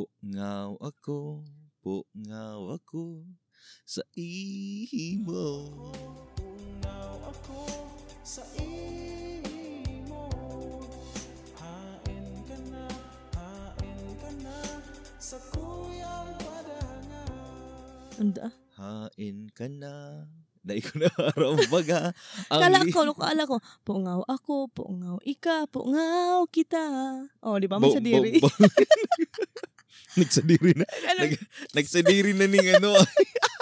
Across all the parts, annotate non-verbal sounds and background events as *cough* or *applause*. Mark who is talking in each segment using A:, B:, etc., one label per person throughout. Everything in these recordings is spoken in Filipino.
A: Pungaw ako, pungaw ako sa imo.
B: Unaw ako sa imo Hain ka na, hain ka na Sa kuyang padangan
C: Anda.
A: Hain ka na. Dahil ko na *laughs* araw baga.
C: Kala
A: li-
C: ko, lo- kala ko, pungaw ako, pungaw ika, pungaw kita. Oh, di ba?
A: Bo-
C: Masadiri. *laughs*
A: bo- *laughs* bo- Nagsadiri na.
C: Ano,
A: Nag- nagsadiri na ning ano.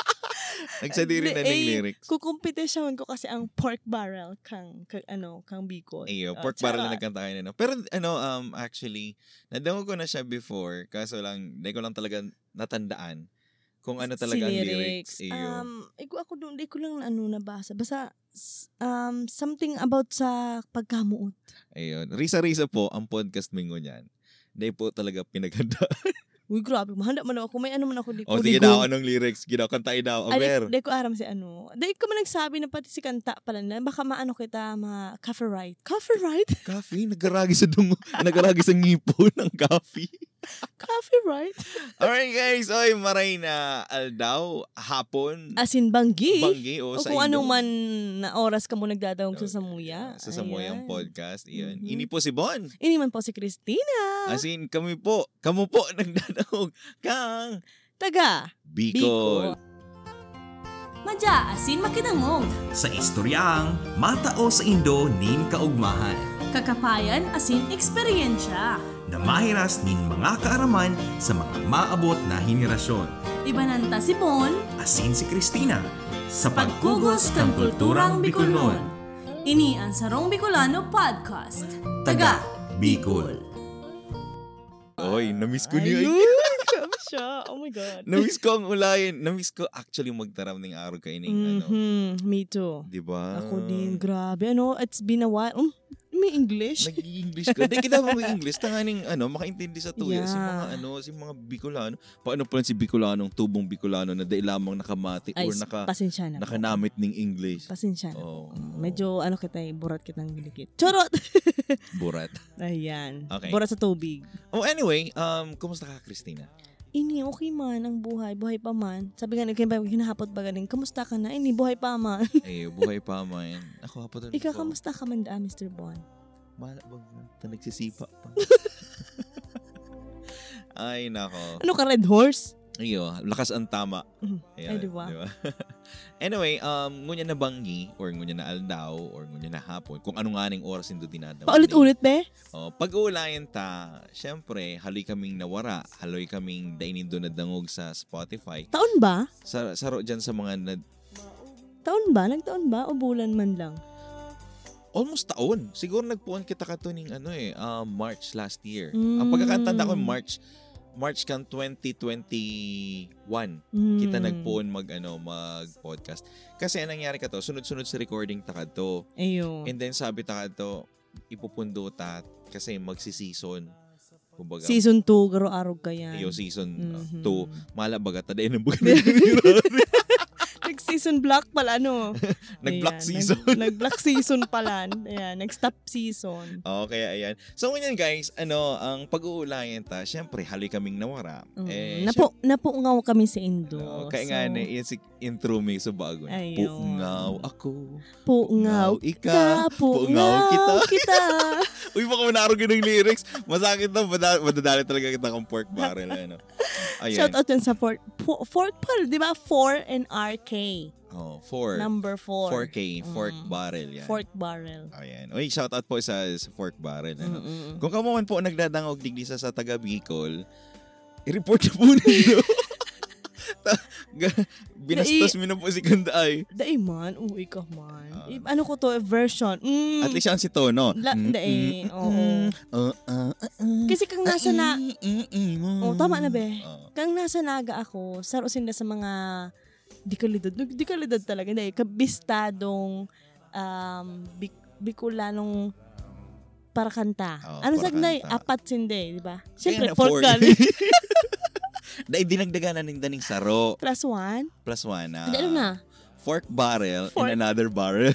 A: *laughs* nagsadiri na ning
C: Eh,
A: lyrics.
C: kukumpetisyon ko kasi ang pork barrel kang, kang ano, kang Bicol.
A: Iyo,
C: Ah,
A: pork barrel
C: charot.
A: na nagkanta kayo na. no? Pero ano, um, actually, nadango ko na siya before, kaso lang, di ko lang talaga natandaan kung ano talaga ang lyrics. Iyo.
C: Um, iku ako doon, di ko lang na- ano nabasa. Basta s- um, something about sa pagkamuot.
A: Ayun. Risa-risa po ang podcast mingo niyan. Hindi po talaga
C: *laughs*
A: pinaghanda.
C: Uy, grabe, mahanda man ako. May ano man ako, di ko.
A: o Oh, sige
C: di ko-
A: daw, anong lyrics? Ginaw, kantain daw.
C: Ay, *laughs*
A: Aber.
C: di, di ko aram si ano. Di ko man nagsabi na pati si kanta pala na baka maano kita ma copyright. Copyright? *laughs*
A: Coffee, nagaragi sa dungo. nagaragi sa ngipon *laughs* ng coffee.
C: copyright?
A: Alright guys, oy, maray na aldaw, hapon,
C: As in banggi.
A: banggi o
C: O
A: sa
C: kung
A: inyo.
C: anong man na oras ka mo nagdadawag sa Samuya.
A: Sa Samuyang
C: Ayan.
A: Podcast. Iyan.
C: Mhm.
A: Ini po si Bon.
C: Ini man po si Christina.
A: As in, kami po, kamo po *laughs* nagdadaog kang
C: Taga.
A: Bicol.
C: Madya asin makinangong.
D: sa istoryang matao sa Indo nin kaugmahan
C: Kakapayan asin eksperyensya.
D: na mahiras nin mga kaaraman sa mga maabot na henerasyon.
C: Ibananta si Bon
D: Asin si Christina sa pagkugos ng kulturang Bicolnon.
C: Ini ang Sarong Bicolano Podcast.
D: Taga Bicol.
A: Oy, namiss ko niya.
C: Ayun, grabe siya. Oh my God.
A: *laughs* Namiss ko ang ulayan. Namiss ko actually magtaram ng araw kay ning ano.
C: Mhm, Me too.
A: Di ba?
C: Ako din,
A: Ah.
C: grabe. Ano, it's been a while. Um, may English?
A: Nag-English ka. Di kita mo english Tanganing ano, makaintindi sa tuya. Si mga
C: Yeah.
A: ano, si mga Bicolano. Paano pa lang si Bicolano, ang tubong Bicolano na dahil lamang nakamati
C: Ay,
A: or naka,
C: pasensya na. po.
A: nakanamit ng English.
C: Pasensya na.
A: Oh,
C: Medyo ano kita eh, burat kitang bilikit. Charot!
A: burat.
C: Ayan.
A: Okay.
C: Burat sa tubig.
A: Oh, anyway, um, kumusta ka,
C: *laughs*
A: Christina?
C: Ini, okay man ang buhay. Buhay pa man. Sabi nga, kaya hinahapot ba galing, kamusta ka na? Ini, buhay pa
A: *laughs*
C: man.
A: Eh, buhay pa man. Ako pa talaga.
C: Ikaw, kamusta ka man da, Mr. Bon?
A: Mala bang ta nagsisipa
C: *laughs*
A: pa. Ay, nako.
C: Ano ka, Red Horse?
A: Iyo, lakas ang tama.
C: Mhm.
A: Ayan,
C: Ay, di ba?
A: *laughs* anyway, um, ngunya na banggi, or ngunya na aldaw, or ngunya na hapon, kung ano nga ning oras nito dinadaw.
C: Paulit-ulit, be?
A: Oh, pag uulayan ta, syempre, haloy kaming nawara, haloy kaming dainindo na dangog sa Spotify.
C: Taon ba?
A: Sa, saro dyan sa mga nad-
C: Taon ba? Nagtaon ba? O bulan man lang?
A: almost taon. Siguro nagpuan kita ka to ning ano eh, ah, March last year. Ang
C: Mm.
A: pagkakantanda ko March March kan 2021
C: Hmm.
A: kita nagpuan mag ano mag podcast. Kasi anong nangyari ka to, sunod-sunod sa recording ta ka to.
C: Ayun.
A: And then sabi ta ka to, ipupundo ta kasi magsi-season. Kumbaga,
C: Season 2, garo-arog ka yan.
A: iyo season uh,
C: Mhm.
A: 2. Malabaga ta din ang *laughs*
C: Nag-season block pala, no?
A: *laughs* Nag-block
C: Ayan,
A: season.
C: Nag- nag-block season pala. Ayan, nag-stop season.
A: Oo, Oh, kaya ayan. So, ngayon guys, ano, ang pag-uulayan ta, syempre, haloy kaming nawara.
C: Mm.
A: Eh,
C: Napo, napungaw kami sa Indo.
A: No, kaya nga na, yun si intro may sa bago. na.
C: Ayun.
A: Pungaw ako.
C: Pungaw
A: ika.
C: ka,
A: pungaw
C: pungaw
A: kita.
C: *laughs* kita.
A: Uy, baka manaro ka ng lyrics. Masakit na. mada- Madadali talaga kita kung pork barrel.
C: *laughs*
A: Ano. *laughs* Ayan.
C: Shout out dun sa Fort. Po- Fort pa, di ba? 4 and RK.
A: Oh, four.
C: Number 4.
A: 4K. Fork
C: Mm.
A: barrel. Yan.
C: Fort barrel.
A: Ayan. Uy, shout out po sa, sa fork barrel. Ano.
C: Mm-mm.
A: Kung kamo man po nagdadangog digdi sa sa taga Bicol, i-report na po *laughs* ninyo. Ta- ga- Binastos mo na po si Kandaay.
C: Day man, uwi ka man.
A: Ah.
C: I- ano ko to, eh, version. Mm.
A: At least siya ang si Tono.
C: La-
A: Mm,
C: hindi eh,
A: mm,
C: oo.
A: mm, uh, uh, uh, uh.
C: Kasi kang nasa na,
A: Oo,
C: Oh, tama na, be.
A: Oo.
C: kang nasa naga ako, sarusin na sa mga di kalidad, no, di kalidad talaga, hindi, kabistadong um, bik- bikulanong para kanta.
A: Oo,
C: ano
A: Oh, para
C: sa nay?
A: kanta.
C: Apat sinde, di ba? Siyempre,
A: Kaya na,
C: pork
A: four.
C: gun.
A: *laughs* Dahil dinagdagan na ng daning saro.
C: Plus one.
A: Plus one ah. na.
C: Hindi, ano na?
A: Fork barrel *laughs*
C: Fork.
A: in another barrel.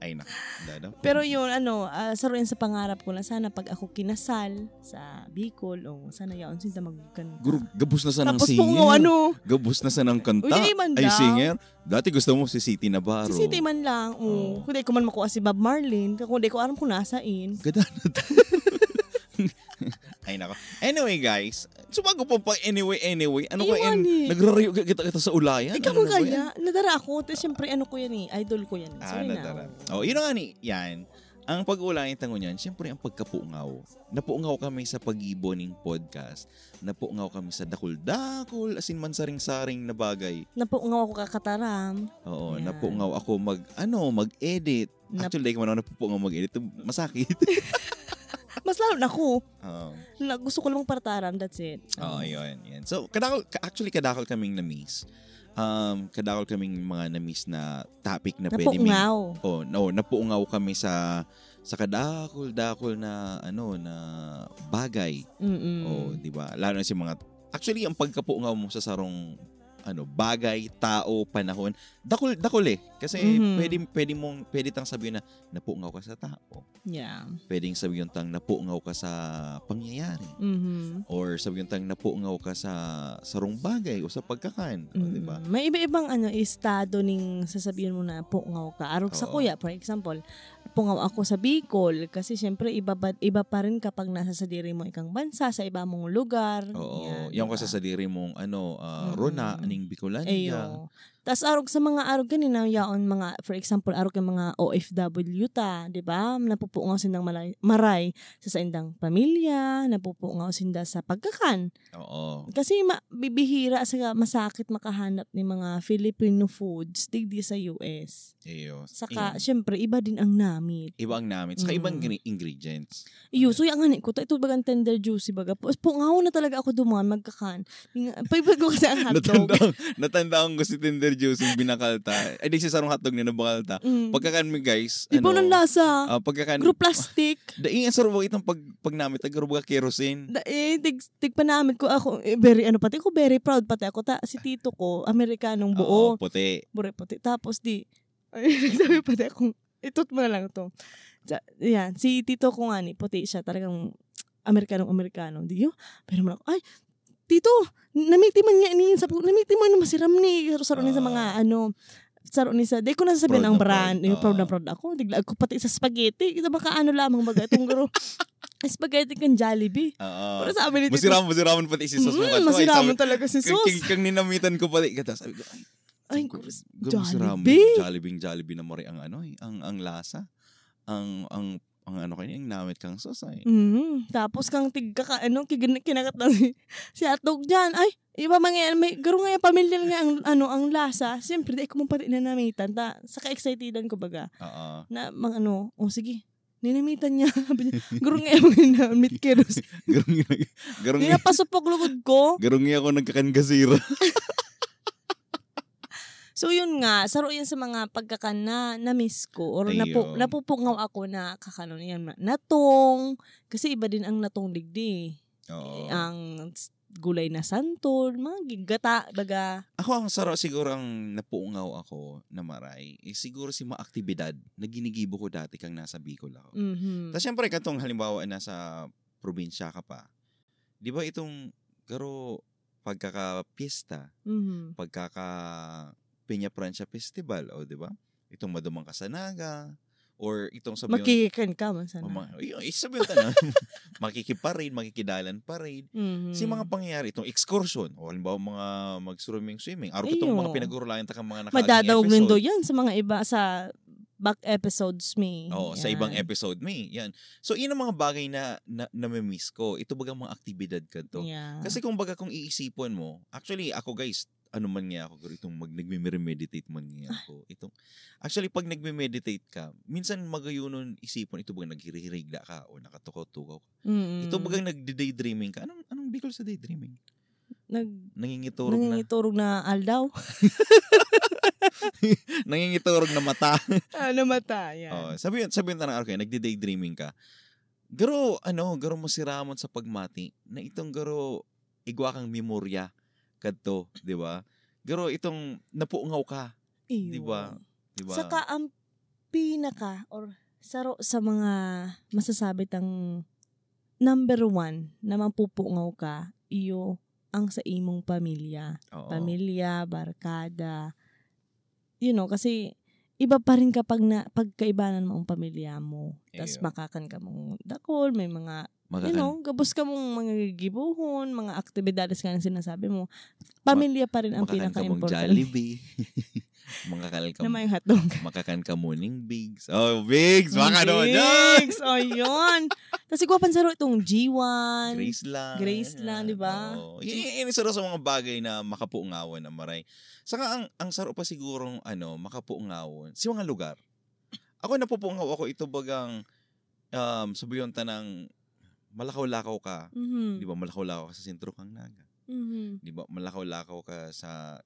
A: Ay, nak. Dada.
C: Pero yun, ano, uh, saruin sa pangarap ko na sana pag ako kinasal sa Bicol o sana yaon sinta magkan.
A: Guru, gabus na sa ng
C: Tapos
A: singer.
C: po mo ano,
A: Gabus na sa ng kanta.
C: Uy, di man
A: Ay,
C: daw.
A: singer. Dati gusto mo si City Navarro.
C: si City man lang.
A: Oh.
C: Oh. Kundi ko man makuha si Bob Marlin. Kundi ko aram ko nasain.
A: Ganda na to. *laughs* Ay, nako. Anyway, guys. Sumago pa pa anyway, anyway. Ano ka,
C: Iwan eh.
A: nagrariyo ka- kita kita sa ulayan?
C: Ikaw
A: Ano
C: man
A: na ba yan?
C: kaya, nadara ako. Tapos syempre, ano ko yan eh, idol ko yan.
A: Ah,
C: Sorry na.
A: nadara. Oh, yun ang ani. Yan. Ang pag-ulayan tango niyan, syempre ang pagkapuungaw. Napuungaw kami sa pag-iboning podcast. Napuungaw kami sa dakul-dakul, as in mansaring-saring na bagay.
C: Napuungaw ako kakataram.
A: Oo,
C: Yan.
A: napuungaw ako mag, ano, mag-edit.
C: Nap-
A: Actually, like, man ako napupungaw mag-edit. Masakit. *laughs*
C: Mas lalo na ako.
A: Oo.
C: Na, gusto ko lang partaram, that's it. Ah.
A: Oo, Ah, yun, yun. So, kadakol, ka- actually, kadakol kaming na-miss. Um, kadakol kaming mga na-miss na topic na pwede may-
C: Napuungaw.
A: Oh, no, napuungaw kami sa sa kadakol-dakol na ano na bagay.
C: Mm-mm.
A: Oh, 'di ba? Lalo na si mga Actually, ang pagkapuungaw mo sa sarong ano, bagay, tao, panahon, dakol dakol eh. Kasi
C: Mhm.
A: pwede pwede mong pwede tang sabihin na napuungaw ka sa tao.
C: Yeah.
A: Pwedeng sabihin tang napuungaw ka sa pangyayari
C: Mhm.
A: or sabihin tang napuungaw ka sa sarong bagay o sa pagkakan, oh, 'di ba?
C: Mm. May iba-ibang ano estado ning sasabihin mo na pungaw ka. Arog sa
A: Oo.
C: kuya, for example, pungaw ako sa Bicol kasi syempre iba, ba- iba pa rin kapag nasa sa diri mo ikang bansa, sa iba mong lugar.
A: Oo,
C: Yan,
A: yung
C: diba?
A: kasi sa diri mong ano, ah,
C: Mhm.
A: Rona, aning Bicolania.
C: Ayo. Tas arog sa mga arog kanina yaon mga for example arog yung mga OFW ta, 'di ba? Napupuungaw sindang malay, maray sa sa indang pamilya, napupuungaw sinda sa pagkakan.
A: Oo.
C: Kasi ma- bibihira sa masakit makahanap ng mga Filipino foods digdi sa US.
A: Iyo.
C: Saka
A: Iyo.
C: syempre iba din ang namit.
A: iba ang namin. Saka
C: Mm.
A: ibang gini- ingredients.
C: Iyo, so yung ani ko, ta, ito bagang tender juicy baga. Po, pungaw na talaga ako dumaan, magkakan. Paibag ko kasi ang
A: *laughs*
C: hotdog.
A: Natandaan, natandaan ko si Tinder Juice yung binakalta. Ay, di si sarong hotdog na nabakalta.
C: Mm.
A: Pagkakan mo guys, ano,
C: Iba ng lasa.
A: ah, pagkakan,
C: Group plastic.
A: Daing ang sarong itong pag, pag namin, tagarubag ka kerosene.
C: Da, eh, tig, tigpanamit ko ako. Eh, very, ano pati ko, very proud pati ako. Ta, si tito ko, Amerikanong
A: Oo,
C: buo.
A: puti.
C: Bure pati. Tapos di, ay, *laughs* nagsabi pati akong, itot mo na lang to. Sa, yan, si tito ko nga ni, puti siya, talagang Amerikanong-Amerikano. Di yun? Pero man ako, ay, tito, namiti man niya niyan sa namiti man naman si Ramni saro ni sa
A: Ah.
C: mga ano saro ni sa di ko na sasabihin
A: Proud
C: ang
A: na
C: brand
A: proud.
C: yung proud na
A: Ah.
C: proud ako digla ako pati sa spaghetti ito baka ano lamang baga itong
A: *laughs*
C: garo spaghetti kan Jollibee
A: Oo.
C: pero sabi ni Tito,
A: Masiramon, masiramon pati si diba? Sos.
C: mm, masiraman talaga si Sus.
A: Kang, kang ninamitan ko pati. Kata, sabi ko,
C: Ay,
A: Gum
C: Jollibee.
A: Jollibee. Jollibee, Jollibee na mori ang ano eh, ang, ang lasa. Ang, ang, ang ano kayo, ang namit kang sauce eh.
C: Mm, tapos kang tigka ka, ano, kigin- kinakat lang *laughs* si, si Atog dyan. Ay, iba mga yan, may, garo nga yan, pamilyar nga ang, ano, ang lasa. Siyempre, di ko mong pati ninamitan. Ta, saka excitedan ko baga,
A: Oo.
C: na, mga ano, oh, sige, ninamitan niya. *laughs* Sabi niya, garo nga yung ninamit kiros.
A: Garungi, garungi,
C: Ninapasupog lugod ko.
A: garungi ako nagkakangasira.
C: So yun nga, saro yan sa mga pagkakan na na-miss ko or
A: Ayun.
C: napu- napupungaw ako na kakano yan. ma- Natong, kasi iba din ang natong digdi.
A: Oo.
C: Ang s- gulay na santol, mga gigata, baga.
A: Ako ang sarap siguro ang napuungaw ako na maray. Eh, siguro si mga aktibidad na ginigibo ko dati kang nasa Bicol ako.
C: Mhm.
A: Tapos syempre, katong halimbawa nasa probinsya ka pa. Di ba itong garo pagkakapiesta,
C: Mhm.
A: pagkaka Piña Francia Festival, o di ba? Itong Madumang Kasanaga, or itong sabi
C: Makikikan ka man sana.
A: yung, sabi yung *laughs* tanong, makikiparade, makikidalan parade.
C: Mhm.
A: Si mga pangyayari, itong excursion, o halimbawa mga mag-swimming-swimming, araw itong
C: Ayun.
A: mga pinagurulayan takang mga nakaating
C: Madadawag
A: episode.
C: nindo yan sa mga iba sa back episodes me.
A: Oo, sa
C: Yan.
A: ibang episode may. Yan. So, yun ang mga bagay na, na, namimiss ko. Ito bagang mga aktibidad ka to.
C: Yeah.
A: Kasi kung baga kung iisipin mo, actually ako guys, ano man nga ako, girl, itong mag nagme-meditate man
C: Ah.
A: nga ako. Itong, actually, pag nagme-meditate ka, minsan magayunon isipon, ito bagang naghirihirigla ka o nakatukaw-tukaw ka.
C: Mhm.
A: Ito bagang nagde-daydreaming ka. Anong, anong bicol sa daydreaming?
C: Nag,
A: Nangingiturog na.
C: nangingiturog na
A: *laughs*
C: aldaw.
A: Nangingiturog na mata.
C: ah, namatay.
A: Oh, sabi yun, sabi yun tanang okay, nagde-daydreaming ka. Garo, ano, garo mo si Ramon sa pagmati na itong garo igwa kang memorya kadto, 'di ba? Garo itong napuungaw ka, 'di ba? 'Di ba?
C: Saka ang pinaka or saro sa mga masasabi tang number one na mapupungaw ka, iyo ang sa imong pamilya.
A: Oo.
C: Pamilya, barkada. You know, kasi iba pa rin kapag na, pagkaibanan mo ang pamilya mo. Tapos
A: Iyo.
C: makakan ka mong dakol, may mga,
A: Magakan.
C: you know, gabos ka mong mga gibuhon, mga aktibidades ka na sinasabi mo. Pamilya pa rin ang
A: makakan ka mong
C: pinaka-important. *laughs*
A: Jollibee. makakan ka
C: Na may hotdog.
A: makakan ka muning Bigs. Oh, Bigs! Baka doon. yan!
C: Mix! O, yun. Tapos ikaw pansaro itong G1.
A: Graceland.
C: Graceland, di ba?
A: Oo. Yan, yan, yan, sarap sa mga bagay na makapuungawan na maray. Saka ang, ang sarap pa sigurong ano, makapuungawan, si mga lugar. Ako napupungaw ako ito bagang um, sabiyon ta ng malakaw-lakaw ka.
C: Mhm.
A: Di ba? Malakaw-lakaw ka sa sentro kang naga.
C: Mhm.
A: Di ba? Malakaw-lakaw ka sa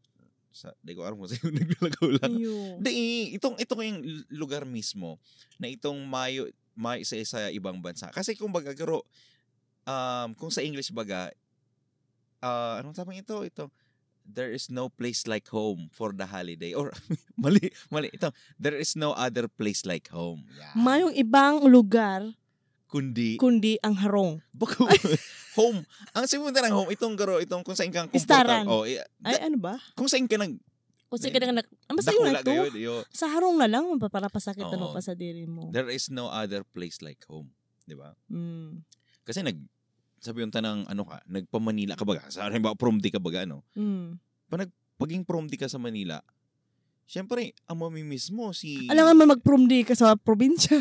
A: sa di ko alam kung sa'yo *laughs* naglalakaw-lakaw.
C: Ayun.
A: Hindi, itong ito yung lugar mismo na itong Mayo may isa sa ibang bansa. Kasi kung baga garo um kung sa English baga ah anong sabang ito ito there is no place like home for the holiday or *laughs* mali mali ito there is no other place like home. Yeah.
C: Mayong ibang lugar
A: *laughs* kundi
C: kundi ang harong.
A: bako, home. Ang simulan ng home itong garo itong kung saan kang
C: Istaran.
A: Oh, i-
C: Ay, ano ba?
A: kung saan ka nag
C: Kung sa kanang nak... Ang basta yun
A: dakula
C: na to.
A: kayo, yo.
C: Sa harong na lang, mapaparapasakit
A: Oo.
C: ano pa sa diri mo.
A: There is no other place like home, 'di ba?
C: Mm.
A: Kasi nag sabi yung tanang ano ka, nagpa-Manila ka baga. Sa halimbawa, prom di ka baga, ano?
C: Mm.
A: Paging prom di ka sa Manila, syempre, ang mamimiss mo si...
C: Alangan man mag-promday ka sa
A: *laughs*
C: probinsya.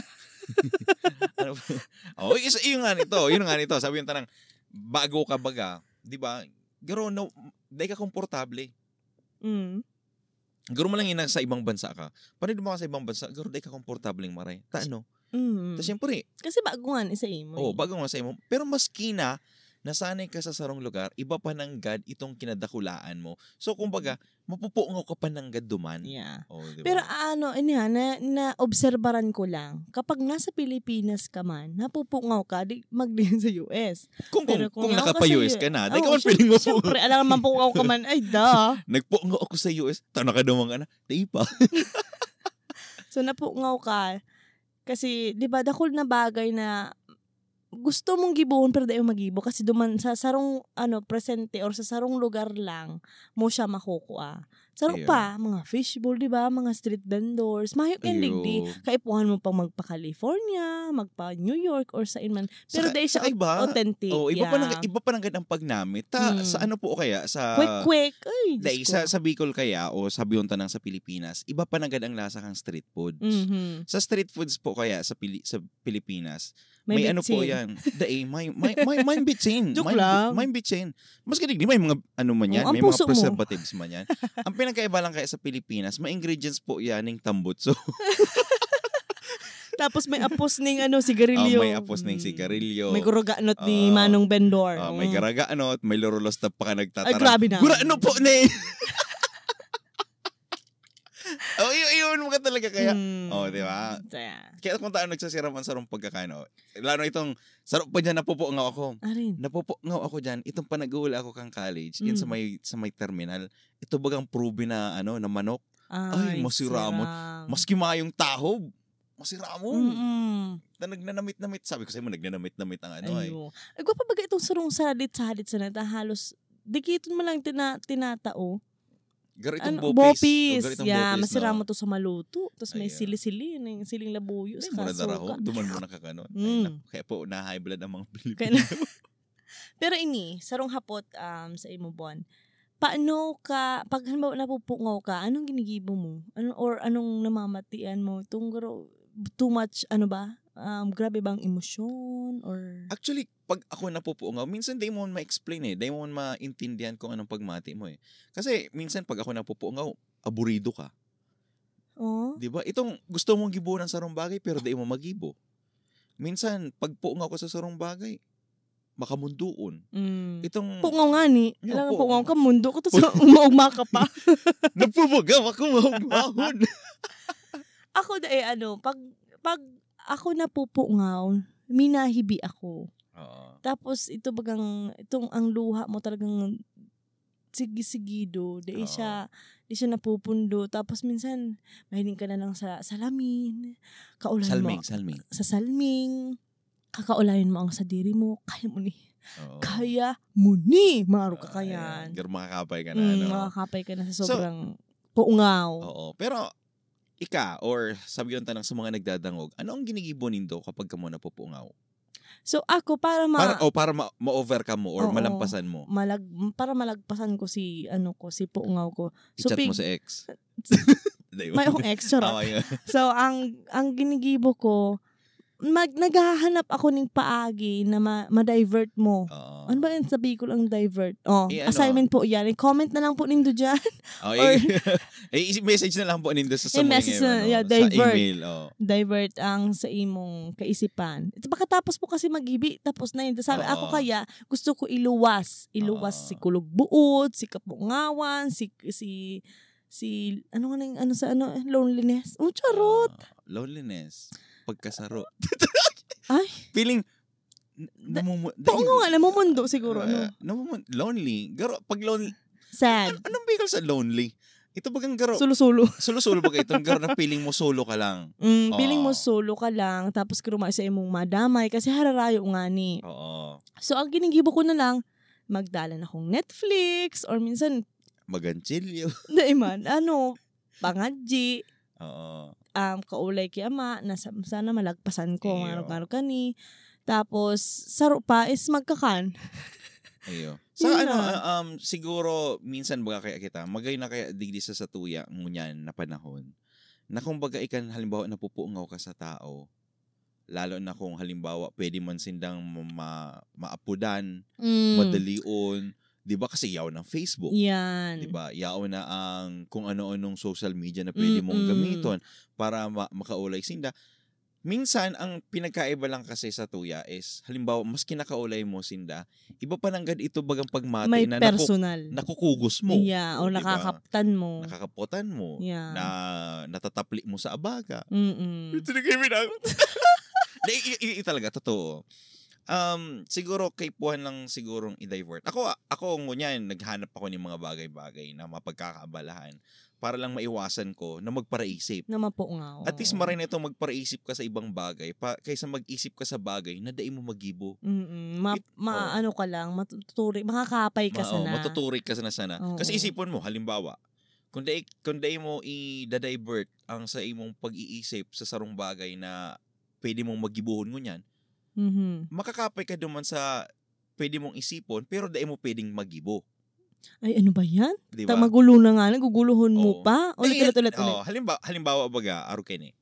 A: ano, *laughs* oh, isa, yun nga nito, yun nga nito. Sabi yung tanang, bago ka baga, di ba? Garo, no, di ka komportable.
C: Mm.
A: Garo mo lang yun na sa ibang bansa ka. Paano di mo ka sa ibang bansa? Garo, di ka komportableng maray. Ta, ano?
C: Mm.
A: Tapos syempre,
C: Kasi baguhan isa eh, imo.
A: Oh, bago nga sa imo. Pero maski na nasanay ka sa sarong lugar, iba pa ng God itong kinadakulaan mo. So, kumbaga, mapupungaw ka pa ng God duman.
C: Mm. Yeah.
A: Oh, di ba?
C: Pero ano, ina, na, na-obserbaran ko lang, kapag nasa Pilipinas ka man, napupungaw ka, di, magdiin sa US.
A: kung, kung,
C: pero
A: kung,
C: kung ako
A: nakapa-US
C: sa-
A: ka na, di ka
C: Oo,
A: man pwedeng mapungaw.
C: Siyempre, alam naman pungaw ka man, ay
A: *laughs*
C: da.
A: Nagpungaw ako sa US, tanong ka dumang ka na, di pa.
C: So, napungaw ka, kasi, di ba, dakol na bagay na gusto mong gibuhon pero dayo magibo kasi duman sa sarong ano presente or sa sarong lugar lang mo siya makukuha. Sarong
A: Ayun.
C: pa mga fishbowl, di ba? Mga street vendors, mayo endig di.
A: Ayun.
C: Kaipuhan mo pang magpa-California, magpa-New York, or sa inman. *laughs* Pero
A: Saka-
C: dahil siya
A: saka iba,
C: authentic.
A: oh, iba, pa ng,
C: yeah.
A: iba pa ng God ang pagnamit. Ta,
C: Hmm.
A: Sa ano po o kaya? Sa,
C: Quick, quick. Ay,
A: Dahil
C: Diyos
A: sa,
C: ko.
A: sa Bicol kaya o sa Bionta ng sa Pilipinas, iba pa ng God ang lasa kang street foods.
C: Mhm.
A: Sa street foods po kaya sa, Pili- sa Pilipinas, May, ano po
C: bitsin.
A: yan. Dae,
C: *laughs*
A: may, may, may, may bitsin.
C: Joke
A: may,
C: lang.
A: May bitsin. Mas galing, di may mga ano man yan,
C: Oo, ang
A: may mga
C: puso mo.
A: preservatives man yan. ang pinagkaiba lang kaya sa Pilipinas, may ingredients po yan ng tambutso. *laughs*
C: Tapos may apos ning ano, sigarilyo.
A: Ah, may apos ng sigarilyo.
C: May guruganot
A: Ah.
C: ni Manong Bendor.
A: Ah, may
C: Mm.
A: garagaanot, may lorulos na pa ka nagtatara.
C: Ay, grabe na.
A: Guraano ano po ni! *laughs* oh, yun, yun mga talaga kaya.
C: Mm.
A: Oh, di ba?
C: Kaya,
A: Kaya kung tayo nagsasira man sarong pagkakain, oh, lalo itong sarap pa dyan napupo nga ako.
C: Arin.
A: napopongaw ako dyan, itong panag-uul ako kang college, yan sa
C: Mm.
A: may, sa may terminal, ito bagang probe na, ano, na manok, Ay, masira mo. maski mayong tahob, masira mo.
C: Ah. Mm-mm.
A: Na nagnanamit-namit. Sabi ko sa'yo mo, nagnanamit-namit ang ano eh.
C: Ayo. Ay, gwa pa baga itong sarong salit-salit sa nata, halos dikiton mo lang tina, tinatao.
A: Garo itong
C: Ano,
A: bopis.
C: bopis.
A: O, garo itong
C: Yeah,
A: bopis,
C: masira
A: no?
C: mo to sa maluto. Tapos may
A: Ayan.
C: sili-sili, yung siling labuyo
A: Ay,
C: sa
A: mura daraho.
C: kasuka.
A: Duman
C: *laughs*
A: mo na kakanon. Ay,
C: Mm.
A: naku, Kaya po, na-high blood ang mga *laughs*
C: *laughs* Kaya
A: Pilipino.
C: na- Pero ini, sarong hapot um, sa imo bon. Paano ka, pag halimbawa napupungaw ka, anong ginigibo mo? Ano, or anong namamatian mo? Itong garo- too much, ano ba? Um, grabe bang emosyon? Or...
A: Actually, pag ako napupungaw, minsan di mo man ma-explain eh. Di mo man maintindihan kung anong pagmati mo eh. Kasi minsan pag ako napupungaw, aburido ka.
C: Oh?
A: Di ba? Itong gusto mong gibo ng sarong bagay pero di mo magibo. Minsan, pag puungaw ko sa sarong bagay, makamunduon.
C: Mm.
A: Itong
C: Pungaw nga ni.
A: Yeah,
C: Alam,
A: po.
C: pungaw ka, mundo ko. Tapos *laughs* umaugma ka pa.
A: nagpubugaw ako
C: *laughs*
A: mahon.
C: ako da eh, ano, pag, pag ako napupungaw, minahibi ako. Tapos ito bagang, itong ang luha mo talagang sigisigido. Di
A: Oo.
C: siya, di siya napupundo. Tapos minsan, mahiling ka na lang sa salamin. Kaulan
A: Salming,
C: mo.
A: salming.
C: Sa salming. Kakaulayan mo ang sadiri mo. Kaya mo ni.
A: Oo.
C: Kaya mo ni. Maro ka
A: Ah, ayan.
C: kayan.
A: Pero makakapay ka na.
C: Mm,
A: ano?
C: makakapay ka na sa
A: So- Oh.
C: sobrang puungaw.
A: Oo. Pero, ika, or sabi yung tanong sa mga nagdadangog, ano ang ginigibonin daw kapag ka mo napupungaw?
C: So ako, para ma...
A: para, oh. o para ma- ma-overcome mo or
C: Oo.
A: malampasan mo,
C: malag para malagpasan ko si ano ko si puungaw ko. So,
A: i-chat mo
C: pig-
A: sa
C: *laughs*
A: ex. Hindi, *laughs*
C: May akong ex charot.
A: Oo, yun.
C: So ang ang ginigibo ko mag naghahanap ako ng paagi na ma- ma-divert mo.
A: Oo.
C: Ano ba yung sabi ko lang divert? Oh,
A: Eh, ano?
C: assignment po yan. I-comment na lang po nindo dyan. *laughs*
A: Oh, *laughs*
C: Or-
A: eh, eh, message na lang po nindo sa
C: Eh,
A: mga
C: message na, yeah,
A: sa
C: divert.
A: email. Oh.
C: divert ang sa imong kaisipan. Ito pagkatapos po kasi magibi, tapos na yun. Sabi,
A: Oo.
C: ako kaya gusto ko iluwas. Iluwas
A: Oo.
C: si kulugbuot, si kapungawan, si, si, si, ano nga na yung- ano sa, ano, loneliness. Oh, charot!
A: Ah, loneliness. Pagkasaro.
C: *laughs* Ay.
A: Feeling, n- namum-
C: Oo nga, alam mo mundo siguro.
A: Ah,
C: Ano?
A: namumu- lonely. Garo, pag lonely,
C: Sad.
A: an- anong bigol sa lonely? Ito bagang garo,
C: Sulo-sulo.
A: solo-solo ba itong garo
C: *laughs*
A: na feeling mo solo ka lang?
C: Mm, feeling mo
A: Oo.
C: solo ka lang, tapos kuruma sa imong madamay kasi hararayo nga ni.
A: Oo.
C: So, ang ginigibo ko na lang, magdala na akong Netflix or minsan, *laughs*
A: Maganchilyo.
C: daiman, ano, pangadji,
A: Oo.
C: um, kaulay kay ama, na sa- sana malagpasan ko,
A: Iyo.
C: maro-maro ka ni. Tapos, saro pa is magkakan.
A: Ayo. Sa
C: Yun
A: ano,
C: na.
A: ah, um, siguro, minsan baga kaya kita, magay na kaya digdi sa satuya ngunyan na panahon, na kung baga ikan, halimbawa, napupuungaw ka sa tao, lalo na kung halimbawa, pwede man sindang ma- maapudan,
C: Mm.
A: madalion, di ba kasi yaw ng Facebook.
C: Yan.
A: Di ba? Yao na ang kung ano-anong social media na pwede mong
C: Mm-mm.
A: gamiton para ma- makaulay sinda. Minsan, ang pinagkaiba lang kasi sa tuya is, halimbawa, mas kinakaulay mo sinda, iba pananggad ito bagang pagmati
C: May
A: na naku-
C: personal.
A: nakukugos mo,
C: Yeah, o
A: Diba?
C: nakakaptan mo.
A: nakakapotan mo,
C: Yeah.
A: na natatapli mo sa abaga.
C: Mm-mm.
A: Ito na kayo binang. *laughs* Hindi, i- i- i- talaga, totoo. Um, siguro kay Puan lang sigurong i-divert. Ako, ako ngunyan, naghanap ako ng mga bagay-bagay na mapagkakaabalahan para lang maiwasan ko na magparaisip.
C: Na mapuungaw.
A: At least maray na ito magparaisip ka sa ibang bagay pa, kaysa mag-isip ka sa bagay na dai mo magibo.
C: Mm-mm. Ma,
A: It- oh.
C: ma- ano ka lang, matuturi, makakapay ka
A: Ma- oh,
C: sana.
A: matuturik ka sana sana.
C: Oo.
A: Kasi isipon mo, halimbawa, kung dai, kung dai mo i-divert ang sa imong pag-iisip sa sarong bagay na pwede mong magibuhon ngunyan,
C: Mhm.
A: makakapay ka duman sa pwede mong isipon, pero dahil mo pwedeng magibo.
C: Ay, ano ba yan?
A: Di
C: Ta,
A: ba?
C: magulo na nga,
A: Oo.
C: naguguluhan
A: oh.
C: mo pa? Ulit,
A: Di-
C: ulit, ulit, ulit.
A: oo, halimbawa, halimbawa baga, Arukene,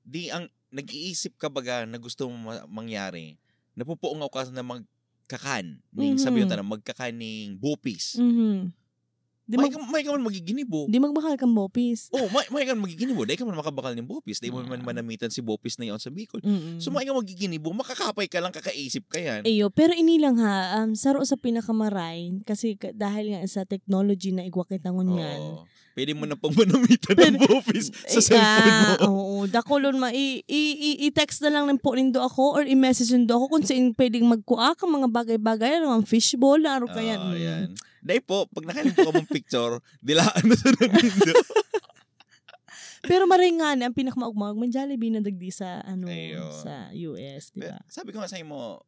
A: di ang nag-iisip ka baga na gusto mo ma- mangyari, napupuungaw ka na magkakan, ning
C: Mhm.
A: sabi yung tanong, magkakaning bupis.
C: Mhm. Di,
A: May, ka,
C: mag,
A: may ka man magiginibo.
C: di magbakal kang bopis.
A: oh, may, may ka man magiginibo. Dahil ka man makabakal ng bopis. Dahil mo man
C: Yeah.
A: manamitan si bopis na yon sa Bicol.
C: Mm-mm.
A: So, may ka magiginibo, makakapay ka lang, kakaisip ka yan.
C: Eyo, pero inilang ha, um, saro sa pinakamaray, kasi ka- dahil nga sa technology na igwakit ang yan.
A: Oo. Pwede mo na pang manamitan ng
C: Pwede-
A: bopis *laughs* sa cellphone mo.
C: ah, Oo, dakulon ma. I, i, i, i-text na lang ng po nindo ako or i-message nindo ako kung saan pwedeng magkuak ang mga bagay-bagay. Ano, ang fishbowl, laro ka yan.
A: Oo,
C: Mm.
A: Ah, yan. Dahil po, pag nakalimutan ko mong picture, *laughs* dilaan na sa nagbindo.
C: Pero maringan, ang pinakamaugmag man Jollibee na dagdi sa, ano,
A: Ayo.
C: sa US, di ba?
A: Sabi ko nga sa'yo mo,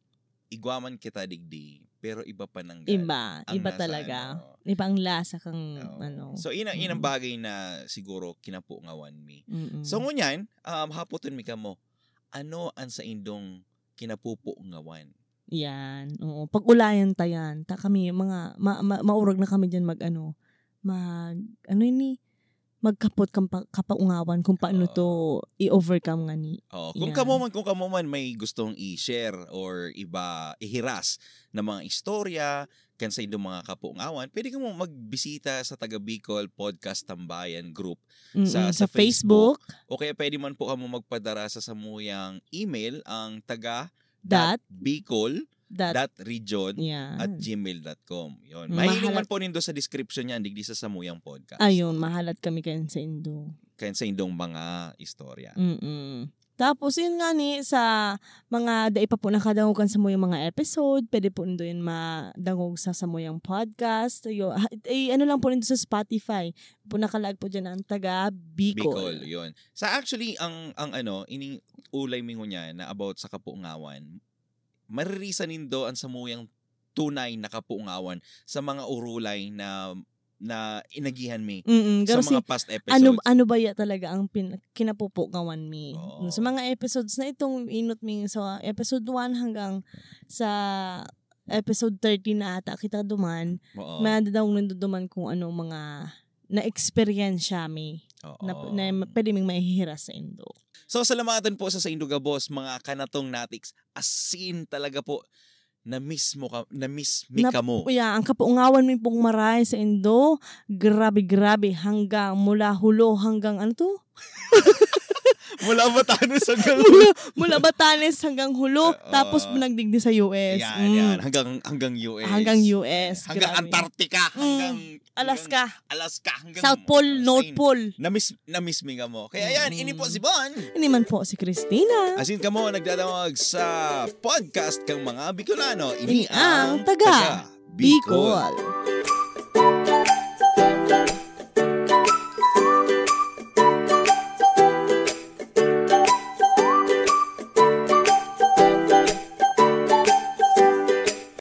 A: igwaman kita digdi, pero iba pa ng gal.
C: Iba,
A: Ang
C: iba
A: nasa
C: talaga.
A: ano.
C: Iba ang lasa kang,
A: Oo.
C: ano.
A: So, ina,
C: Mm. Mm.
A: inang bagay na siguro kinapuungawan mi.
C: mm-mm.
A: So, ngunyan, um, hapoton mi ka mo, ano ang sa indong kinapupuungawan?
C: Yan. Oo. Pag-ulayan ta yan. Ta kami, mga, ma, ma- maurag na kami dyan mag, ano, mag, ano yun eh, magkapot kang pa- kapaungawan kung paano
A: Oo.
C: to i-overcome nga ni.
A: Oh, kung
C: Yan.
A: kamo man kung kamo man may gustong i-share or iba ihiras na mga istorya kan sa indong mga kapungawan, pwede ka mo magbisita sa Taga Bicol Podcast Tambayan Group
C: Mm-mm.
A: Sa- sa
C: Sa, Facebook,
A: o kaya pwede man po kamo magpadara sa samuyang email ang taga
C: Dot.
A: Bicol
C: that,
A: region
C: yan.
A: at gmail.com. Yon.
C: Mahalat-
A: Mahiling man po nindo sa description niyan digdi sa samuyang podcast.
C: Ayun, mahalat kami kayo sa Indo.
A: Kan sa indong mga istorya.
C: Mm-mm. Tapos yun nga ni sa mga daipa po nakadangugan sa mo yung mga episode, pwede po nito yun madangog sa sa mo yung podcast. Yo, ha- eh, ano lang po nito sa Spotify. Po nakalag po dyan ang taga
A: Bicol,
C: Bicol.
A: yun. Sa actually, ang, ang ano, ining ulay mingo niya na about sa kapuungawan, maririsanin do ang samuyang tunay na kapuungawan sa mga urulay na na inagihan mi
C: Mm-mm.
A: sa
C: Pero si,
A: mga past episodes.
C: ano, ano ba ya talaga ang pin, kinapupukawan mi?
A: Oo.
C: Sa mga episodes na itong inot mi sa episode 1 hanggang sa episode 13 na ata kita duman,
A: Oo,
C: oh. madadaong nanduduman kung ano mga na-experience siya mi
A: oo.
C: na, na pwede ming mahihira sa Indo.
A: So salamatan po sa sa Induga Boss mga kanatong natics. Asin talaga po na miss mo ka, na miss mi
C: Nap-
A: ka mo.
C: *laughs* Kuya, ang kapuungawan mo pong maray sa Indo, grabe-grabe hanggang mula hulo hanggang ano to? *laughs*
A: Mula ba tayo sa ganun?
C: mula, mula Batanes hanggang hulo,
A: Oo.
C: tapos nagdigdi sa US.
A: Yan,
C: Mm.
A: yan. Hanggang, hanggang US.
C: Hanggang US,
A: Hanggang
C: grabe. Hmm,
A: Antarctica. Hanggang,
C: Alaska,
A: hanggang Alaska. Hanggang
C: South Pole,
A: Spain.
C: North Mm-hmm. Pole.
A: Na-miss, na-miss mi ka mo. Kaya yan, ini po si Bon.
C: Hindi man po si Christina.
A: Asin ka mo nagdadawag sa podcast kang mga Bicolano. Ini
C: Ini ang
A: ang
C: taga
A: Bicol.
C: Bicol.